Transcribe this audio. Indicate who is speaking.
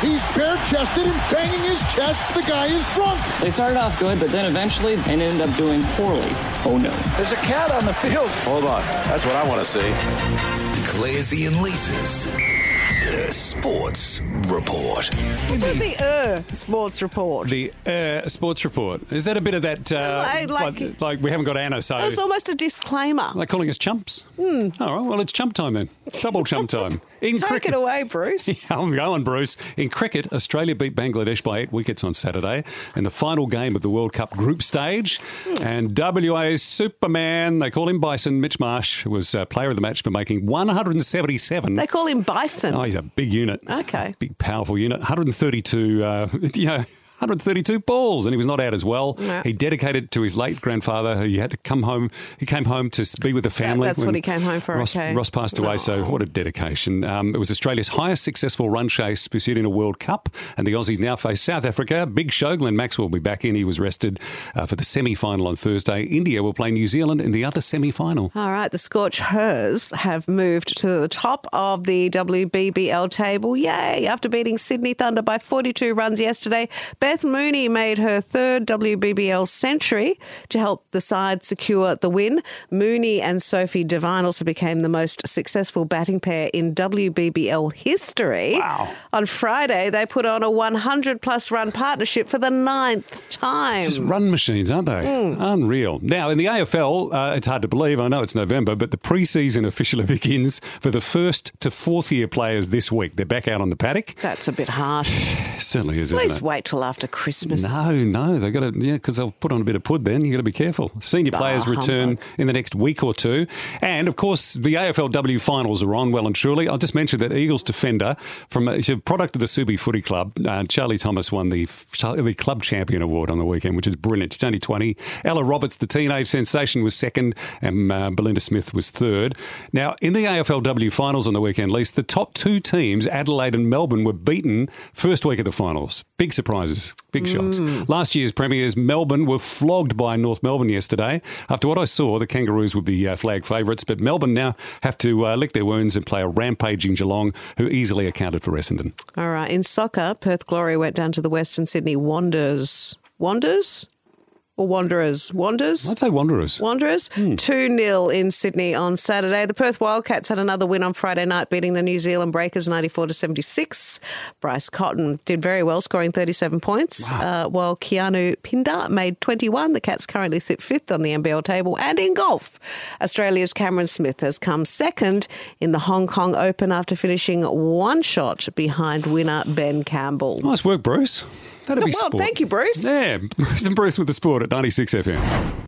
Speaker 1: He's bare chested and banging his chest. The guy is drunk.
Speaker 2: They started off good, but then eventually they ended up doing poorly. Oh no.
Speaker 3: There's a cat on the field.
Speaker 4: Hold on. That's what I want to see.
Speaker 5: Clancy and Lisa's Sports Report.
Speaker 6: What's with the uh, sports report?
Speaker 7: The uh, sports report. Is that a bit of that? Uh,
Speaker 6: I like-
Speaker 7: like, like we haven't got Anna, so.
Speaker 6: That was almost a disclaimer.
Speaker 7: They're calling us chumps? All right, well, it's chump time then. Double chump time.
Speaker 6: Hmm.
Speaker 7: In
Speaker 6: Take
Speaker 7: cricket.
Speaker 6: it away, Bruce.
Speaker 7: I'm going, Bruce. In cricket, Australia beat Bangladesh by eight wickets on Saturday in the final game of the World Cup group stage.
Speaker 6: Hmm.
Speaker 7: And WA's Superman, they call him Bison, Mitch Marsh, was uh, player of the match for making 177.
Speaker 6: They call him Bison.
Speaker 7: Oh, he's a big unit.
Speaker 6: Okay.
Speaker 7: Big, powerful unit. 132, uh, you know. 132 balls, and he was not out as well.
Speaker 6: No.
Speaker 7: He dedicated it to his late grandfather, who he had to come home. He came home to be with the family.
Speaker 6: that's what
Speaker 7: when
Speaker 6: he came home for,
Speaker 7: Ross,
Speaker 6: okay.
Speaker 7: Ross passed away, so what a dedication! Um, it was Australia's highest successful run chase pursued in a World Cup, and the Aussies now face South Africa. Big show. Glenn Maxwell will be back in. He was rested uh, for the semi-final on Thursday. India will play New Zealand in the other semi-final.
Speaker 6: All right, the Scorch Hers have moved to the top of the WBBL table. Yay! After beating Sydney Thunder by 42 runs yesterday, Beth Mooney made her third WBBL century to help the side secure the win. Mooney and Sophie Devine also became the most successful batting pair in WBBL history. Wow. On Friday, they put on a 100 plus run partnership for the ninth time.
Speaker 7: Just run machines, aren't they? Unreal. Now, in the AFL, uh, it's hard to believe. I know it's November, but the preseason officially begins for the first to fourth year players this week. They're back out on the paddock.
Speaker 6: That's a bit harsh.
Speaker 7: It certainly is, isn't
Speaker 6: Please
Speaker 7: it?
Speaker 6: wait till after Christmas.
Speaker 7: No, no, they got to yeah, because they'll put on a bit of pud. Then you got to be careful. Senior players return in the next week or two, and of course the AFLW finals are on well and truly. I'll just mention that Eagles defender from he's a product of the Subi Footy Club, uh, Charlie Thomas won the the club champion award on the weekend, which is brilliant. She's only twenty. Ella Roberts, the teenage sensation, was second, and uh, Belinda Smith was third. Now in the AFLW finals on the weekend, least the top two teams, Adelaide and Melbourne, were beaten first week of the finals. Big surprises, big shocks.
Speaker 6: Mm.
Speaker 7: Last year's premiers, Melbourne, were flogged by North Melbourne yesterday. After what I saw, the Kangaroos would be uh, flag favourites, but Melbourne now have to uh, lick their wounds and play a rampaging Geelong, who easily accounted for Essendon.
Speaker 6: All right. In soccer, Perth Glory went down to the Western Sydney Wanderers. Wanderers? Or Wanderers? Wanderers?
Speaker 7: I'd say Wanderers.
Speaker 6: Wanderers
Speaker 7: Hmm.
Speaker 6: 2 0 in Sydney on Saturday. The Perth Wildcats had another win on Friday night, beating the New Zealand Breakers 94 to 76. Bryce Cotton did very well, scoring 37 points, uh, while Keanu Pinda made 21. The Cats currently sit fifth on the NBL table. And in golf, Australia's Cameron Smith has come second in the Hong Kong Open after finishing one shot behind winner Ben Campbell.
Speaker 7: Nice work, Bruce. That'd be
Speaker 6: Well,
Speaker 7: sport.
Speaker 6: thank you, Bruce.
Speaker 7: Yeah, Bruce and Bruce with the sport at 96 FM.